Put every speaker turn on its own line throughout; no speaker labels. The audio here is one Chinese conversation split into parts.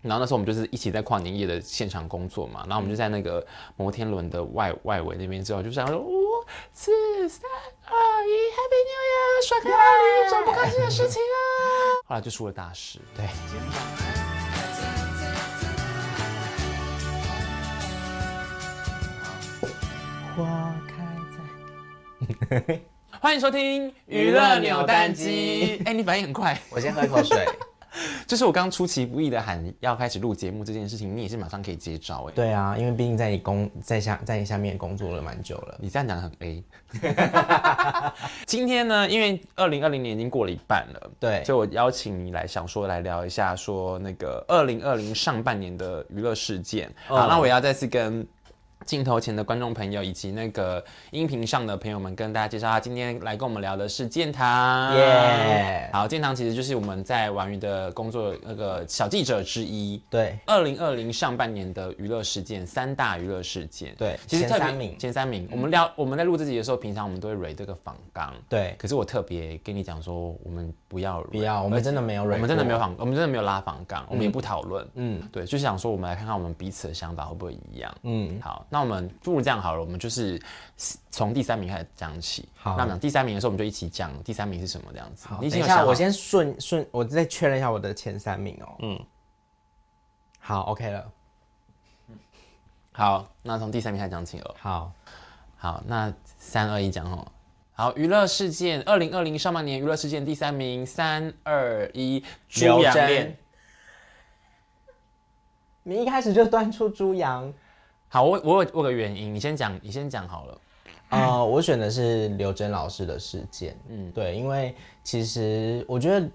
然后那时候我们就是一起在跨年夜的现场工作嘛，然后我们就在那个摩天轮的外外围那边之后，就想说五四三二一，Happy New Year，刷个二零，找不开心的事情 啊。后来就出了大事，对。
花开在
欢迎收听
娱乐扭蛋机。
哎、你反应很快，
我先喝一口水。
就是我刚出其不意的喊要开始录节目这件事情，你也是马上可以接招哎、
对啊，因为毕竟在你工在下在你下面工作了蛮久了。
你这样讲很 A。今天呢，因为二零二零年已经过了一半了，
对
所以我邀请你来，想说来聊一下，说那个二零二零上半年的娱乐事件。好，
嗯
那我也要再次跟镜头前的观众朋友以及那个音频上的朋友们跟大家介绍，他今天来跟我们聊的是建堂。
耶
好，建堂其实就是我们在玩娱的工作那个小记者之一。
对
二零二零上半年的娱乐事件，三大娱乐事件，
对
其实
前
特别
三名嗯
前三名，我们聊我们在录这集的时候，平常我们都会蕊这个访纲，
对，
可是我特别跟你讲说，我们不要
不
蕊，
要，我们真的没有蕊过，
我们真的没有访，我们真的没有拉访纲，我们也不讨论，
嗯
对，就想说我们来看看我们彼此的想法会不会一样。
嗯，
好，那我们不如这样好了，我们就是从第三名开始讲起。
好
那我们讲第三名的时候，我们就一起讲第三名是什么这样子。
好，
你已
等
经
一
有
下，
想
我
好
先顺顺，我再确认一下我的前三名哦。嗯，好，OK 了，
好，那从第三名开始讲起了。
好，
好，那三二一讲哦。好，娱乐事件，二零二零上半年娱乐事件第三名，三二一，猪
刘
羊
真
恋。。
你一开始就端出猪羊，
好，我我有我有个原因，你先讲，你先讲好了。
呃，我选的是刘真老师的事件。嗯，对，因为其实我觉得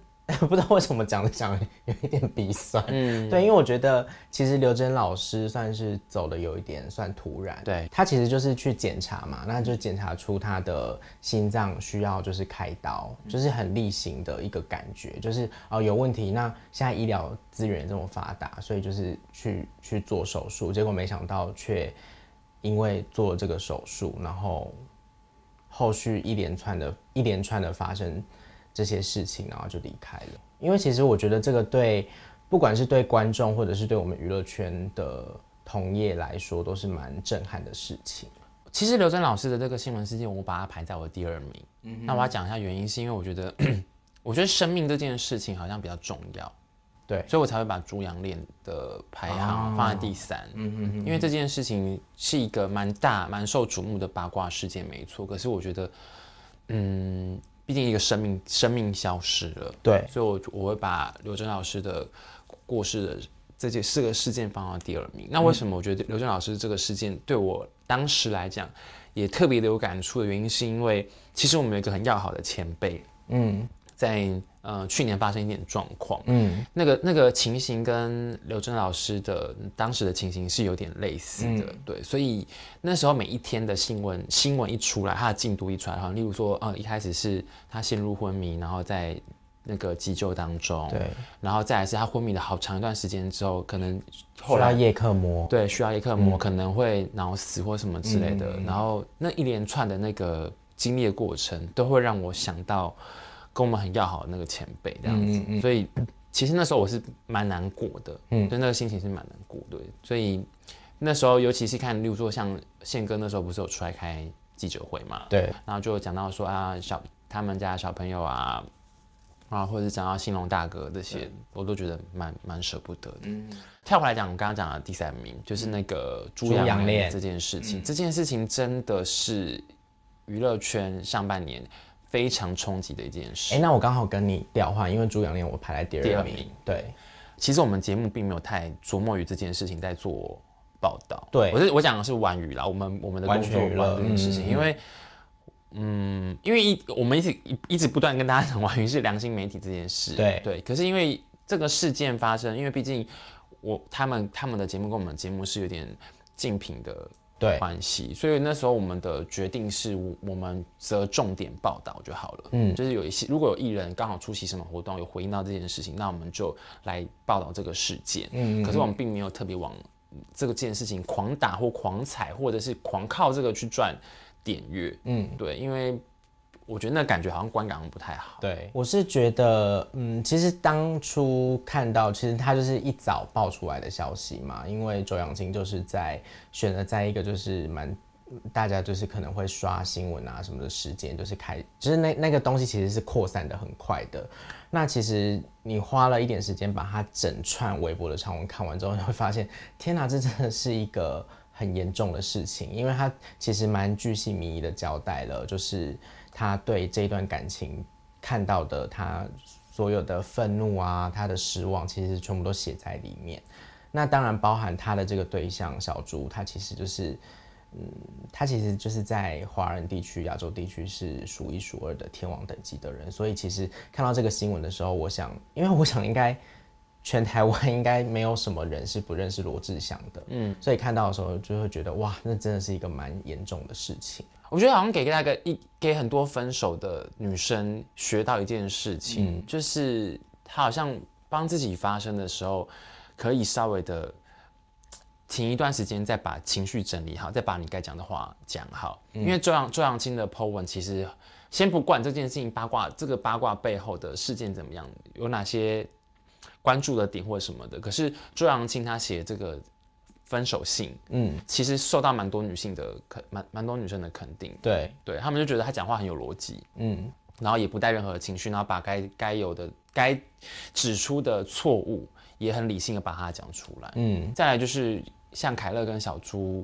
不知道为什么讲着讲着有一点鼻酸。嗯，对，因为我觉得其实刘真老师算是走的有一点算突然。
对
他其实就是去检查嘛，那就检查出他的心脏需要就是开刀，就是很例行的一个感觉，就是哦有问题。那现在医疗资源这么发达，所以就是去去做手术，结果没想到却因为做这个手术，然后后续一连串的一连串的发生这些事情，然后就离开了。因为其实我觉得这个对不管是对观众或者是对我们娱乐圈的同业来说，都是蛮震撼的事情。
其实刘真老师的这个新闻事件，我把它排在我第二名。那我要讲一下原因，是因为我觉得，我觉得生命这件事情好像比较重要，
对
所以我才会把猪羊恋的排行放在第三。嗯嗯，因为这件事情是一个蛮大、蛮受瞩目的八卦事件，没错。可是我觉得，嗯，毕竟一个生命，生命消失了，
对，
所以我我会把刘真老师的过世的这件四个事件放到第二名。那为什么我觉得刘真老师这个事件对我当时来讲也特别的有感触的原因，是因为其实我们有一个很要好的前辈，
嗯
在呃去年发生一点状况，
嗯
那个那个情形跟刘真老师的当时的情形是有点类似的，
嗯
对，所以那时候每一天的新闻新闻一出来，他的进度一出来，好像例如说，呃，一开始是他陷入昏迷，然后在那个急救当中，
对，
然后再来是他昏迷了好长一段时间之后，可能后
后
来
来叶克膜，
对需要叶克膜，可能会脑死或什么之类的，然后那一连串的那个经历的过程，都会让我想到跟我们很要好的那个前辈这样
嗯
子，所以其实那时候我是蛮难过的，嗯，就那个心情是蛮难过的，所以那时候尤其是看，例如说像宪哥那时候不是有出来开记者会嘛，
对
然后就讲到说啊，小他们家小朋友啊，啊，或者是讲到兴隆大哥这些，我都觉得蛮蛮舍不得的。
嗯
跳回来讲，我刚刚讲的第三名就是那个猪
猪羊
羊
恋嗯
恋这件事情，这件事情真的是娱乐圈上半年非常冲击的一件事。
哎、那我刚好跟你调换，因为猪羊恋我排在第二名。
第二名
对
其实我们节目并没有太琢磨于这件事情在做报道。
对
我是我讲的是玩娱啦，我们我们的工
完
作
全娱乐
玩这件事
嗯
情，因为。嗯，因为一我们一直一一直不断跟大家讲， 玩娱是良心媒体这件事，
对
对。可是因为这个事件发生，因为毕竟我他们他们的节目跟我们的节目是有点竞品的
对
关系，所以那时候我们的决定是，我我们择重点报道就好了。嗯，就是有一些如果有艺人刚好出席什么活动，有回应到这件事情，那我们就来报道这个事件。嗯可是我们并没有特别往这个件事情狂打或狂踩，或者是狂靠这个去赚点阅。嗯，对，因为我觉得那感觉好像观感好像不太好。
对，我是觉得，嗯，其实当初看到，其实他就是一早爆出来的消息嘛，因为周扬青就是在选择在一个就是蛮。大家就是可能会刷新闻啊什么的时间，就是开，就是那那个东西其实是扩散的很快的。那其实你花了一点时间把它整串微博的长文看完之后，你会发现，天哪，这真的是一个很严重的事情，因为他其实蛮巨细靡遗的交代了，就是他对这段感情看到的他所有的愤怒啊，他的失望，其实全部都写在里面。那当然包含他的这个对象小猪，他其实就是。嗯，他其实就是在华人地区、亚洲地区是数一数二的天王等级的人，所以其实看到这个新闻的时候，我想，因为我想应该全台湾应该没有什么人是不认识罗志祥的，嗯，所以看到的时候就会觉得哇，那真的是一个蛮严重的事情。
我觉得好像给大家一给很多分手的女生学到一件事情，嗯、就是她好像帮自己发声的时候，可以稍微的。停一段时间，再把情绪整理好，再把你该讲的话讲好。嗯、因为周扬周扬青的 po 文，其实先不管这件事情八卦，这个八卦背后的事件怎么样，有哪些关注的点或什么的。可是周扬青她写这个分手信，嗯，其实受到蛮多女性的肯，蛮蛮多女生的肯定。
对，
对他们就觉得她讲话很有逻辑，嗯，然后也不带任何情绪，然后把该该有的、该指出的错误，也很理性的把它讲出来。嗯，再来就是。像凯乐跟小猪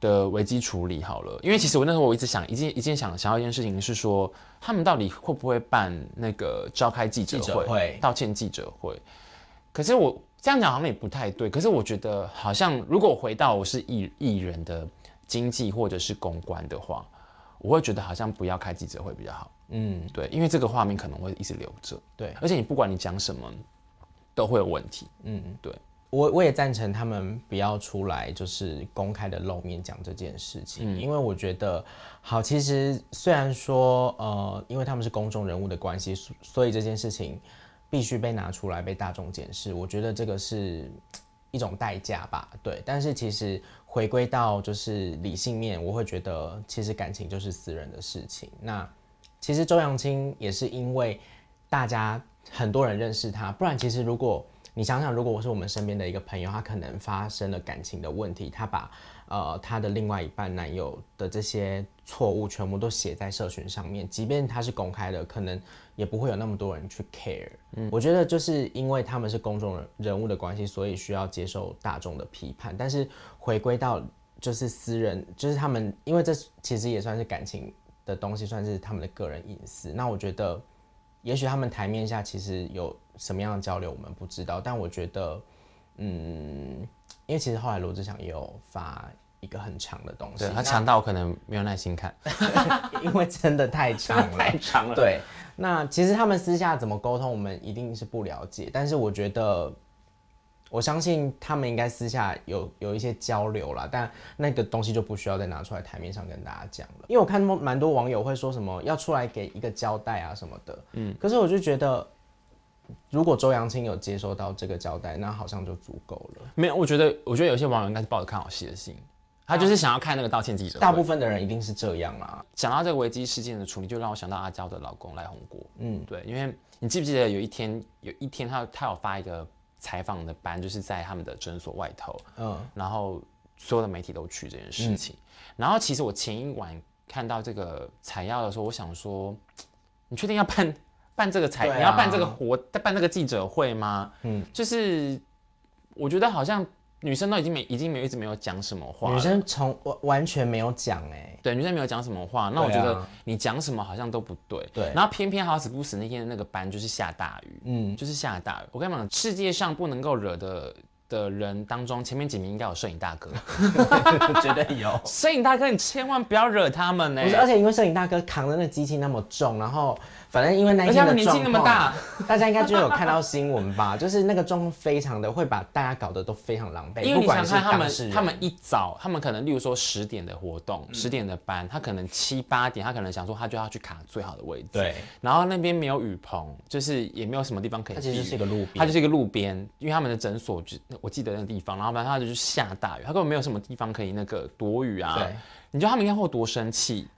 的危机处理好了，因为其实我那时候我一直想一件一件想想要一件事情是说，他们到底会不会办那个召开记者
会、
道歉记者会？可是我这样讲好像也不太对。可是我觉得好像如果回到我是艺艺人的经济或者是公关的话，我会觉得好像不要开记者会比较好。嗯，对，因为这个画面可能会一直留着。
对，
而且你不管你讲什么都会有问题。嗯，对。
我我也赞成他们不要出来，就是公开的露面讲这件事情，嗯、因为我觉得，好，其实虽然说，呃，因为他们是公众人物的关系，所以这件事情必须被拿出来被大众检视，我觉得这个是一种代价吧，对。但是其实回归到就是理性面，我会觉得其实感情就是私人的事情。那其实周扬青也是因为大家很多人认识他，不然其实如果。你想想，如果我是我们身边的一个朋友，他可能发生了感情的问题，他把呃他的另外一半男友的这些错误全部都写在社群上面，即便他是公开的，可能也不会有那么多人去 care。嗯，我觉得就是因为他们是公众人物的关系，所以需要接受大众的批判。但是回归到就是私人，就是他们，因为这其实也算是感情的东西，算是他们的个人隐私。那我觉得。也许他们台面下其实有什么样的交流，我们不知道。但我觉得，嗯，因为其实后来罗志祥也有发一个很长的东西，
他长到可能没有耐心看，
因为真的太长了，
太长了。
对，那其实他们私下怎么沟通，我们一定是不了解。但是我觉得，我相信他们应该私下有有一些交流啦，但那个东西就不需要再拿出来台面上跟大家讲了。因为我看蛮多网友会说什么要出来给一个交代啊什么的。可是我就觉得，如果周扬青有接收到这个交代，那好像就足够了。
没有，我觉得，我觉得有些网友应该是抱着看好戏的心，他就是想要看那个道歉记者。
啊大部分的人一定是这样啦。
讲到这个危机事件的处理，就让我想到阿娇的老公赖红国。嗯，对，因为你记不记得有一天，有一天他他有发一个采访的班，就是在他们的诊所外头，
呃
嗯，然后所有的媒体都去这件事情。嗯、然后其实我前一晚看到这个采药的时候，我想说，你确定要办？办这个才、啊、你要办这个活，办这个记者会吗？嗯，就是我觉得好像女生都已经没已经没有一直没有讲什么话，
女生从完完全没有讲哎、欸，
对，女生没有讲什么话。那我觉得你讲什么好像都不对。
对、啊，
然后偏偏好死不死那天那个班就是下大雨，嗯，就是下大雨。我跟你讲，世界上不能够惹的。的人当中，前面几名应该有摄影大哥，
我觉得有
摄影大哥，你千万不要惹他们呢、欸。
不是，而且因为摄影大哥扛的那机器那么重，然后反正因为那一天的啊
年纪那么大，
大家应该就有看到新闻吧？就是那个状况非常的会把大家搞得都非常狼狈。
因为你想看他们，
他
们一早，他们可能例如说十点的活动，十、嗯、点的班，他可能七八点，他可能想说他就要去卡最好的位置。
对。
然后那边没有雨棚，就是也没有什么地方可以。
它其实是一个路边，
它就是一个路边，因为他们的诊所就。我记得那个地方，然后反正他就是下大雨，他根本没有什么地方可以那个躲雨啊。
对，
你觉得他们应该会多生气？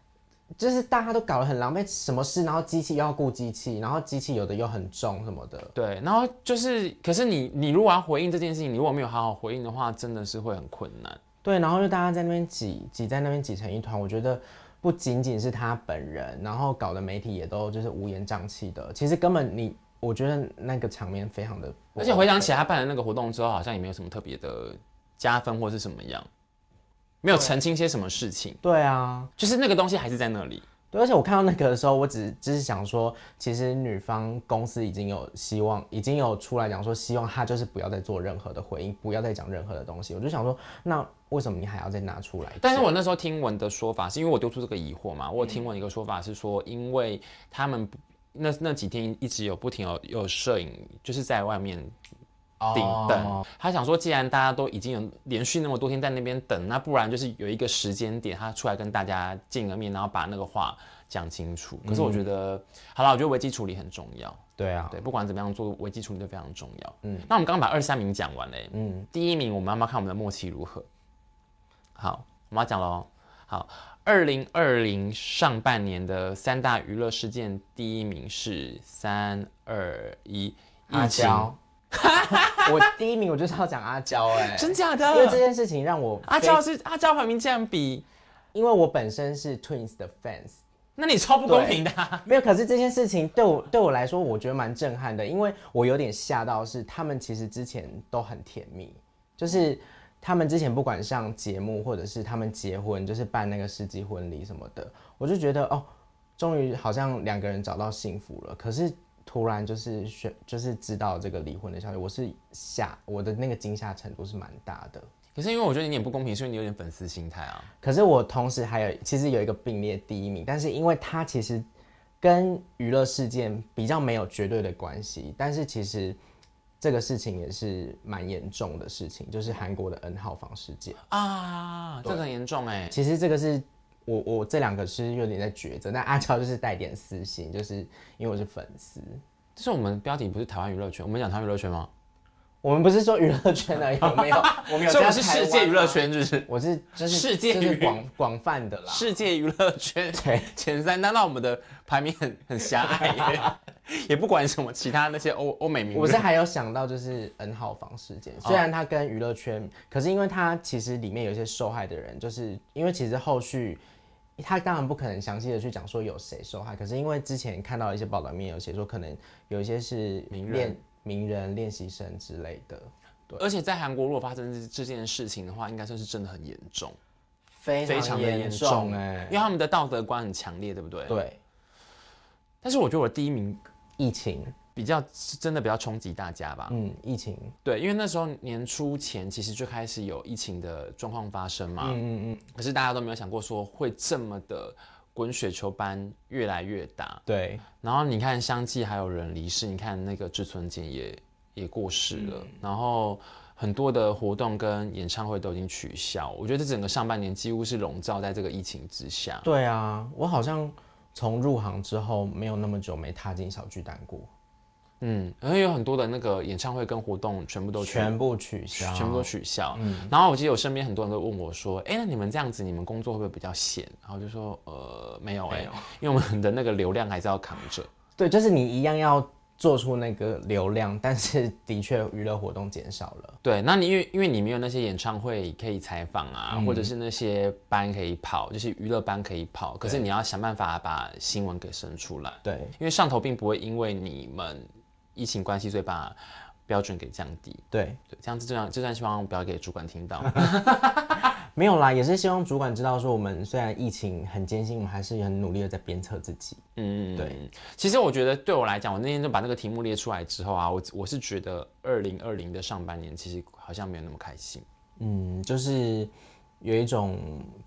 就是大家都搞得很狼狈，什么事，然后机器又要顾机器，然后机器有的又很重什么的，
对，然后就是，可是你你如果要回应这件事情，你如果没有好好回应的话，真的是会很困难。
对，然后就大家在那边挤挤在那边挤成一团，我觉得不仅仅是他本人，然后搞得媒体也都就是乌烟瘴气的，其实根本你，我觉得那个场面非常的不 OK，
而且回想起来，他办了那个活动之后，好像也没有什么特别的加分或是什么样，没有澄清些什么事情，
对啊，
就是那个东西还是在那里。
对，而且我看到那个的时候，我只只是想说，其实女方公司已经有希望，已经有出来讲说，希望她就是不要再做任何的回应，不要再讲任何的东西。我就想说，那为什么你还要再拿出来讲？
但是我那时候听闻的说法，是因为我丢出这个疑惑嘛，我有听闻一个说法是说，因为他们不那那几天一直有不停有有摄影，就是在外面顶等。
哦
他想说，既然大家都已经有连续那么多天在那边等，那不然就是有一个时间点，他出来跟大家见个面，然后把那个话讲清楚。可是我觉得，好了，我觉得危机处理很重要，
对啊，
对，不管怎么样做危机处理都非常重要。嗯，那我们刚刚把二十三名讲完嘞，
嗯，
第一名我们要不要看我们的默契如何？好，我们要讲喽。好，二零二零上半年的三大娱乐事件，第一名是三二一
阿
疫情，
娇， 我第一名我就是要讲阿娇哎、
真假
因为这
的？
件事情让我
阿
非
娇，是阿娇排名竟然比，
因为我本身是 Twins 的 fans，
那你超不公平的啊、
没有，可是这件事情对我对我来说，我觉得蛮震撼的，因为我有点吓到是，他们其实之前都很甜蜜，就是他们之前不管上节目或者是他们结婚，就是办那个世纪婚礼什么的，我就觉得哦，终于好像两个人找到幸福了。可是突然就是选就是知道这个离婚的消息，我是吓我的那个惊吓程度是蛮大的。
可是因为我觉得你也不公平，是因为你有点粉丝心态啊。
可是我同时还有，其实有一个并列第一名，但是因为它其实跟娱乐事件比较没有绝对的关系，但是其实这个事情也是蛮严重的事情，就是韩国的 N 号房事件。
啊，这个很严重哎、
其实这个是我我这两个是有点在抉择，但阿娇就是带点私心，就是因为我是粉丝，
这是我们标题不是台湾娱乐圈，我们讲台湾娱乐圈吗？
我们不是说娱乐圈的有没有，我们有
所以我
在
们是世界娱乐。圈，就是。
我是就是
世界
就是
娱
广广泛的啦，
世界娱乐 圈
对
前三，那那我们的排名很很狭 隘耶，也不管什么其他那些欧欧美名人。
我是还有想到就是 N 号房事件，
哦
虽然它跟娱乐圈，可是因为它其实里面有一些受害的人，就是因为其实后续他当然不可能详细的去讲说有谁受害，可是因为之前看到一些报道里面有写说，可能有一些是
名人
练名人练习生之类的，
而且在韩国如果发生这这件事情的话，应该算是真的很严重，
非
非常的
严
重欸
哎、
因为他们的道德观很强烈，对不对？。
对，
但是我觉得我第一名
疫情，
比较是真的比较冲击大家吧，
嗯，疫情，
对，因为那时候年初前其实就开始有疫情的状况发生嘛，
嗯嗯嗯，
可是大家都没有想过说会这么的滚雪球般越来越大，
对，
然后你看相继还有人离世，你看那个志村健也也过世了，
嗯
然后很多的活动跟演唱会都已经取消，我觉得这整个上半年几乎是笼罩在这个疫情之下。
对啊，我好像从入行之后没有那么久没踏进小巨蛋过，
嗯，然后有很多的那个演唱会跟活动全部都取
全部取消，
全部都取消。
嗯
然后我记得我身边很多人都问我说：“哎、那你们这样子，你们工作会不会比较闲？”然后我就说：“呃，没有哎、
没有
因为我们的那个流量还是要扛着。”
对，就是你一样要做出那个流量，但是 的确娱乐活动减少了。
对，那你因为因为你没有那些演唱会可以采访啊，或者是那些班可以跑，就是娱乐班可以跑，可是你要想办法把新闻给生出来，
对，
因为上头并不会因为你们疫情关系，所以把标准给降低。
对，
对，这样子这样这段希望不要给主管听到。
没有啦，也是希望主管知道说，我们虽然疫情很艰辛，我们还是很努力的在鞭策自己。
嗯，
对。
其实我觉得对我来讲，我那天就把那个题目列出来之后啊，我我是觉得二零二零的上半年其实好像没有那么开心。
嗯，就是有一种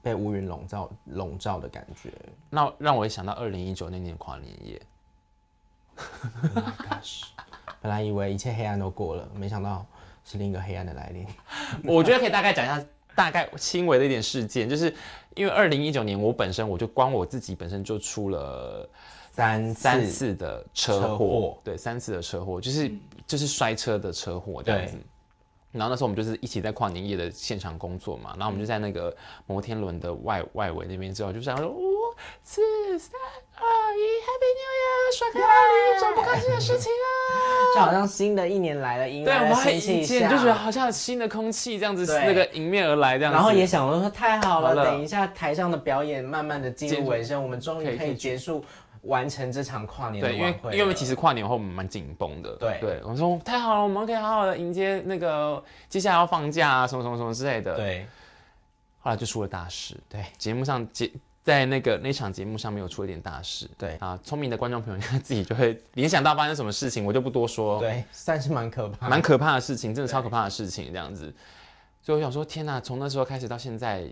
被乌云笼罩笼罩的感觉。
那让我也想到二零一九那年跨年夜，
本来以为一切黑暗都过了，没想到是另一个黑暗的来临。
我觉得可以大概讲一下，大概轻微的一点事件，就是因为二零一九年我本身我就光我自己本身就出了
三
三次的车祸，
车祸嗯
对，三次的车祸，就是、就是摔车的车祸这样子
对。
然后那时候我们就是一起在跨年夜的现场工作嘛，然后我们就在那个摩天轮的外外围那边之后，就想说，哇，哦四三二一，Happy New Year！刷开哪里？找不开心的事情啊！
就好像新的一年来了，迎
对，我
来
们
了
还
新
一
气
见
象，
就觉得好像有新的空气这样子，
对
那个迎面而来这样子。
然后也想说太好
好
了，
了
等一下台上的表演慢慢的进
进
入
入
尾声，我们终
可
于
以
可以结束完成这场跨年的
对，因为
晚会了。
因为我们其实跨年后我们蛮紧绷的。
对
对，我们说太好了，我们可以好好的迎接那个接下来要放假啊，什么什么什么之类的。，
对
后来就出了大事。
对，
节目上节在那个那场节目上面有出了一点大事。
对
啊，聪明的观众朋友应该自己就会联想到发生什么事情，我就不多说。，
对，嗯算是蛮可怕的。
蛮可怕的事情，真的超可怕的事情，这样子。所以我想说，天哪、从那时候开始到现在，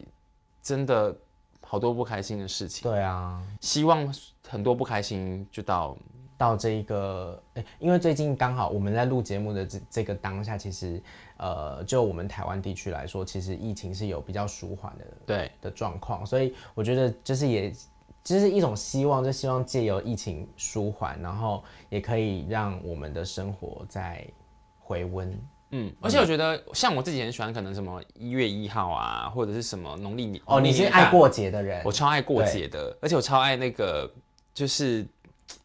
真的好多不开心的事情。
对啊，
希望很多不开心就到
到这一个，诶因为最近刚好我们在录节目的这这个当下，其实呃，就我们台湾地区来说，其实疫情是有比较舒缓的
对
的状况，所以我觉得就是也就是一种希望，就希望借由疫情舒缓，然后也可以让我们的生活再回温。
嗯，而且我觉得像我自己很喜欢，可能什么一月一号啊，或者是什么农历年
哦，你是爱，过节的人
农历年假我超爱过节的，而且我超爱那个就是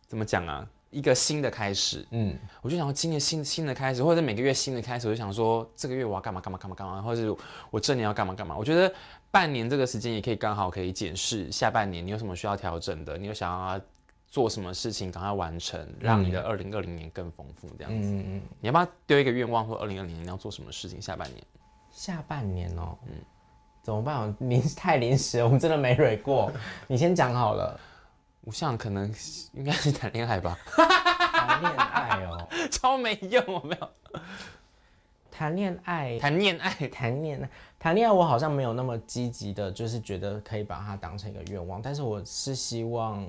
怎么讲啊，一个新的开始，
嗯，
我就想说今年新新的开始，或者是每个月新的开始，我就想说这个月我要干嘛干嘛干嘛干嘛，或者是我这年要干嘛干嘛。我觉得半年这个时间也可以刚好可以检视下半年你有什么需要调整的，你有想要做什么事情赶快完成，让你的二零二零年更丰富这样子。你要不要丢一个愿望，或二零二零年你要做什么事情？下半年
下半年哦，嗯，怎么办？临太临时了，我们真的没蕊过。你先讲好 了，
我想可能 应该是谈恋爱吧，
谈恋爱哦，
超没用，我没有
谈恋爱，
谈恋爱。
谈恋爱，谈恋爱，我好像没有那么积极的，就是觉得可以把它当成一个愿望，但是我是希望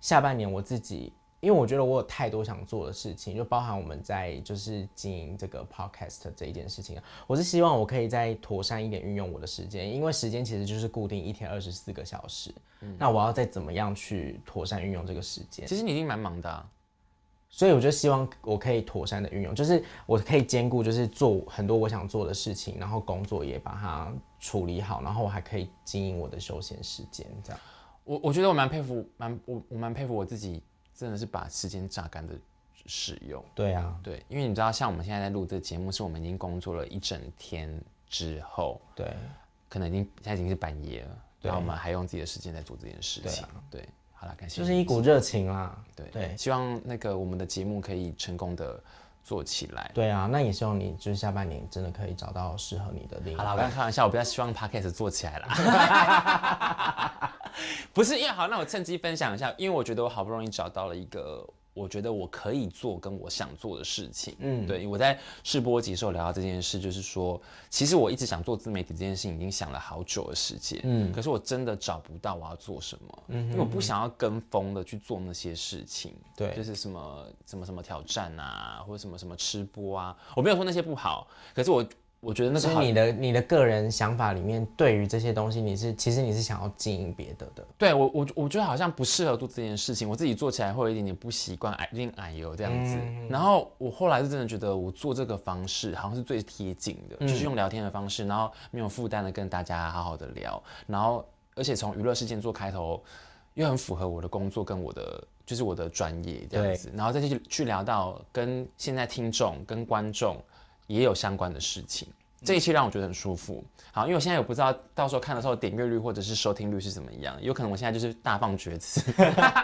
下半年我自己，因为我觉得我有太多想做的事情，就包含我们在就是经营这个 podcast 这一件事情啊，我是希望我可以再妥善一点运用我的时间，因为时间其实就是固定一天二十四个小时，那我要再怎么样去妥善运用这个时间？
其实你已经蛮忙的啊、
所以我就希望我可以妥善的运用，就是我可以兼顾，就是做很多我想做的事情，然后工作也把它处理好，然后我还可以经营我的休闲时间，这样。
我我觉得我蛮佩服，蛮我我蛮佩服我自己，真的是把时间榨干的使用。
对啊，
对，因为你知道，像我们现在在录这个节目，是我们已经工作了一整天之后，
对，
可能已经现在已经是半夜了，
对
然
啊
后我们还用自己的时间在做这件事情。对,、好了，感谢
就
你。
是一股热情啦。
对
对
希望那个我们的节目可以成功的做起来。
对啊，那也希望你就是下半年真的可以找到适合你的另一
好了，
半。
我刚开玩笑，我不要希望 podcast 做起来了。 不是因为好，那我趁机分享一下，因为我觉得我好不容易找到了一个我觉得我可以做跟我想做的事情。嗯，对，我在试播集的时候聊到这件事，就是说，其实我一直想做自媒体这件事情，已经想了好久的时间。嗯，可是我真的找不到我要做什么，因为我不想要跟风的去做那些事情。
对
就是什么什么什么挑战啊，或者什么什么吃播啊，我没有说那些不好，可是我我觉得那
就是是
好
你的你的个人想法里面，对于这些东西，你是其实你是想要经营别的的。
对我，我我觉得好像不适合做这件事情，我自己做起来会有一点点不习惯，矮有点矮油这样子。然后我后来是真的觉得，我做这个方式好像是最贴近的，就是用聊天的方式，然后没有负担的跟大家好好的聊，然后而且从娱乐事件做开头，又很符合我的工作跟我的就是我的专业这样子，然后再去去聊到跟现在听众跟观众也有相关的事情。
嗯
这一期让我觉得很舒服。好，因为我现在也不知道到时候看的时候点阅率或者是收听率是怎么样，有可能我现在就是大放厥词。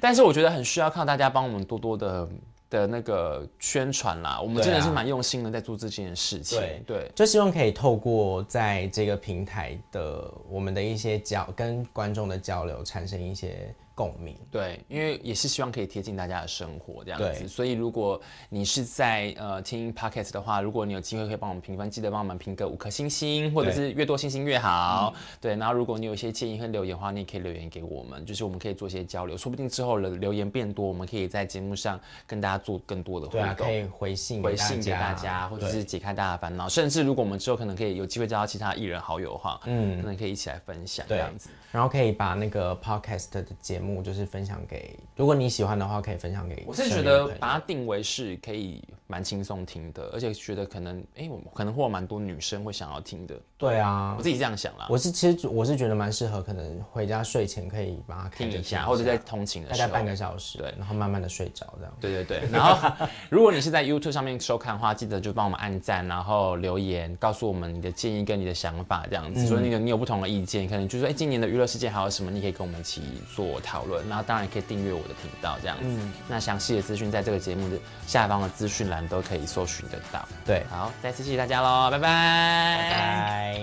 但是我觉得很需要靠大家帮我们多多的的那个宣传啦，我们
对啊
真的是蛮用心的在做这件事情。
对
对
就希望可以透过在这个平台的我们的一些交跟观众的交流，产生一些共鸣。
对，因为也是希望可以贴近大家的生活这样子，
对
所以如果你是在呃听 podcast 的话，如果你有机会可以帮我们评分，记得帮我们评个五颗星星，或者是越多星星越好。
嗯
对，然后如果你有一些建议和留言的话，你也可以留言给我们，就是我们可以做一些交流，说不定之后留留言变多，我们可以在节目上跟大家做更多的互
对啊，
动
可。以回信
回信给大
大
家，或者
对
是解开大家的烦恼，甚至如果我们之后可能可以有机会交到其他艺人好友的话，嗯，可能可以一起来分享这
对
样子。
然后可以把那个 podcast 的节目目就是分享给，如果你喜欢的话，可以分享给。
我是觉得把它定为是可以蛮轻松听的，而且觉得可能，哎、我可能会有蛮多女生会想要听的。
对啊
我，自己这样想啦，
我是其实我是觉得蛮适合，可能回家睡前可以把它开
听
着
一下，或者在通勤的
大
时
概
候。
半个小时，
对
然后慢慢的睡着这样。
对对对，然后如果你是在 YouTube 上面收看的话，记得就帮我们按赞，然后留言告诉我们你的建议跟你的想法，这样子。
嗯
所以你有你有不同的意见，可能就说，哎，今年的娱乐世界还有什么，你可以跟我们一起做讨论。然后当然也可以订阅我的频道，这样子。
嗯
那详细的资讯在这个节目的下方的资讯栏都可以搜寻得到。
对，
好，再次谢谢大家喽，拜拜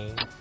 拜拜。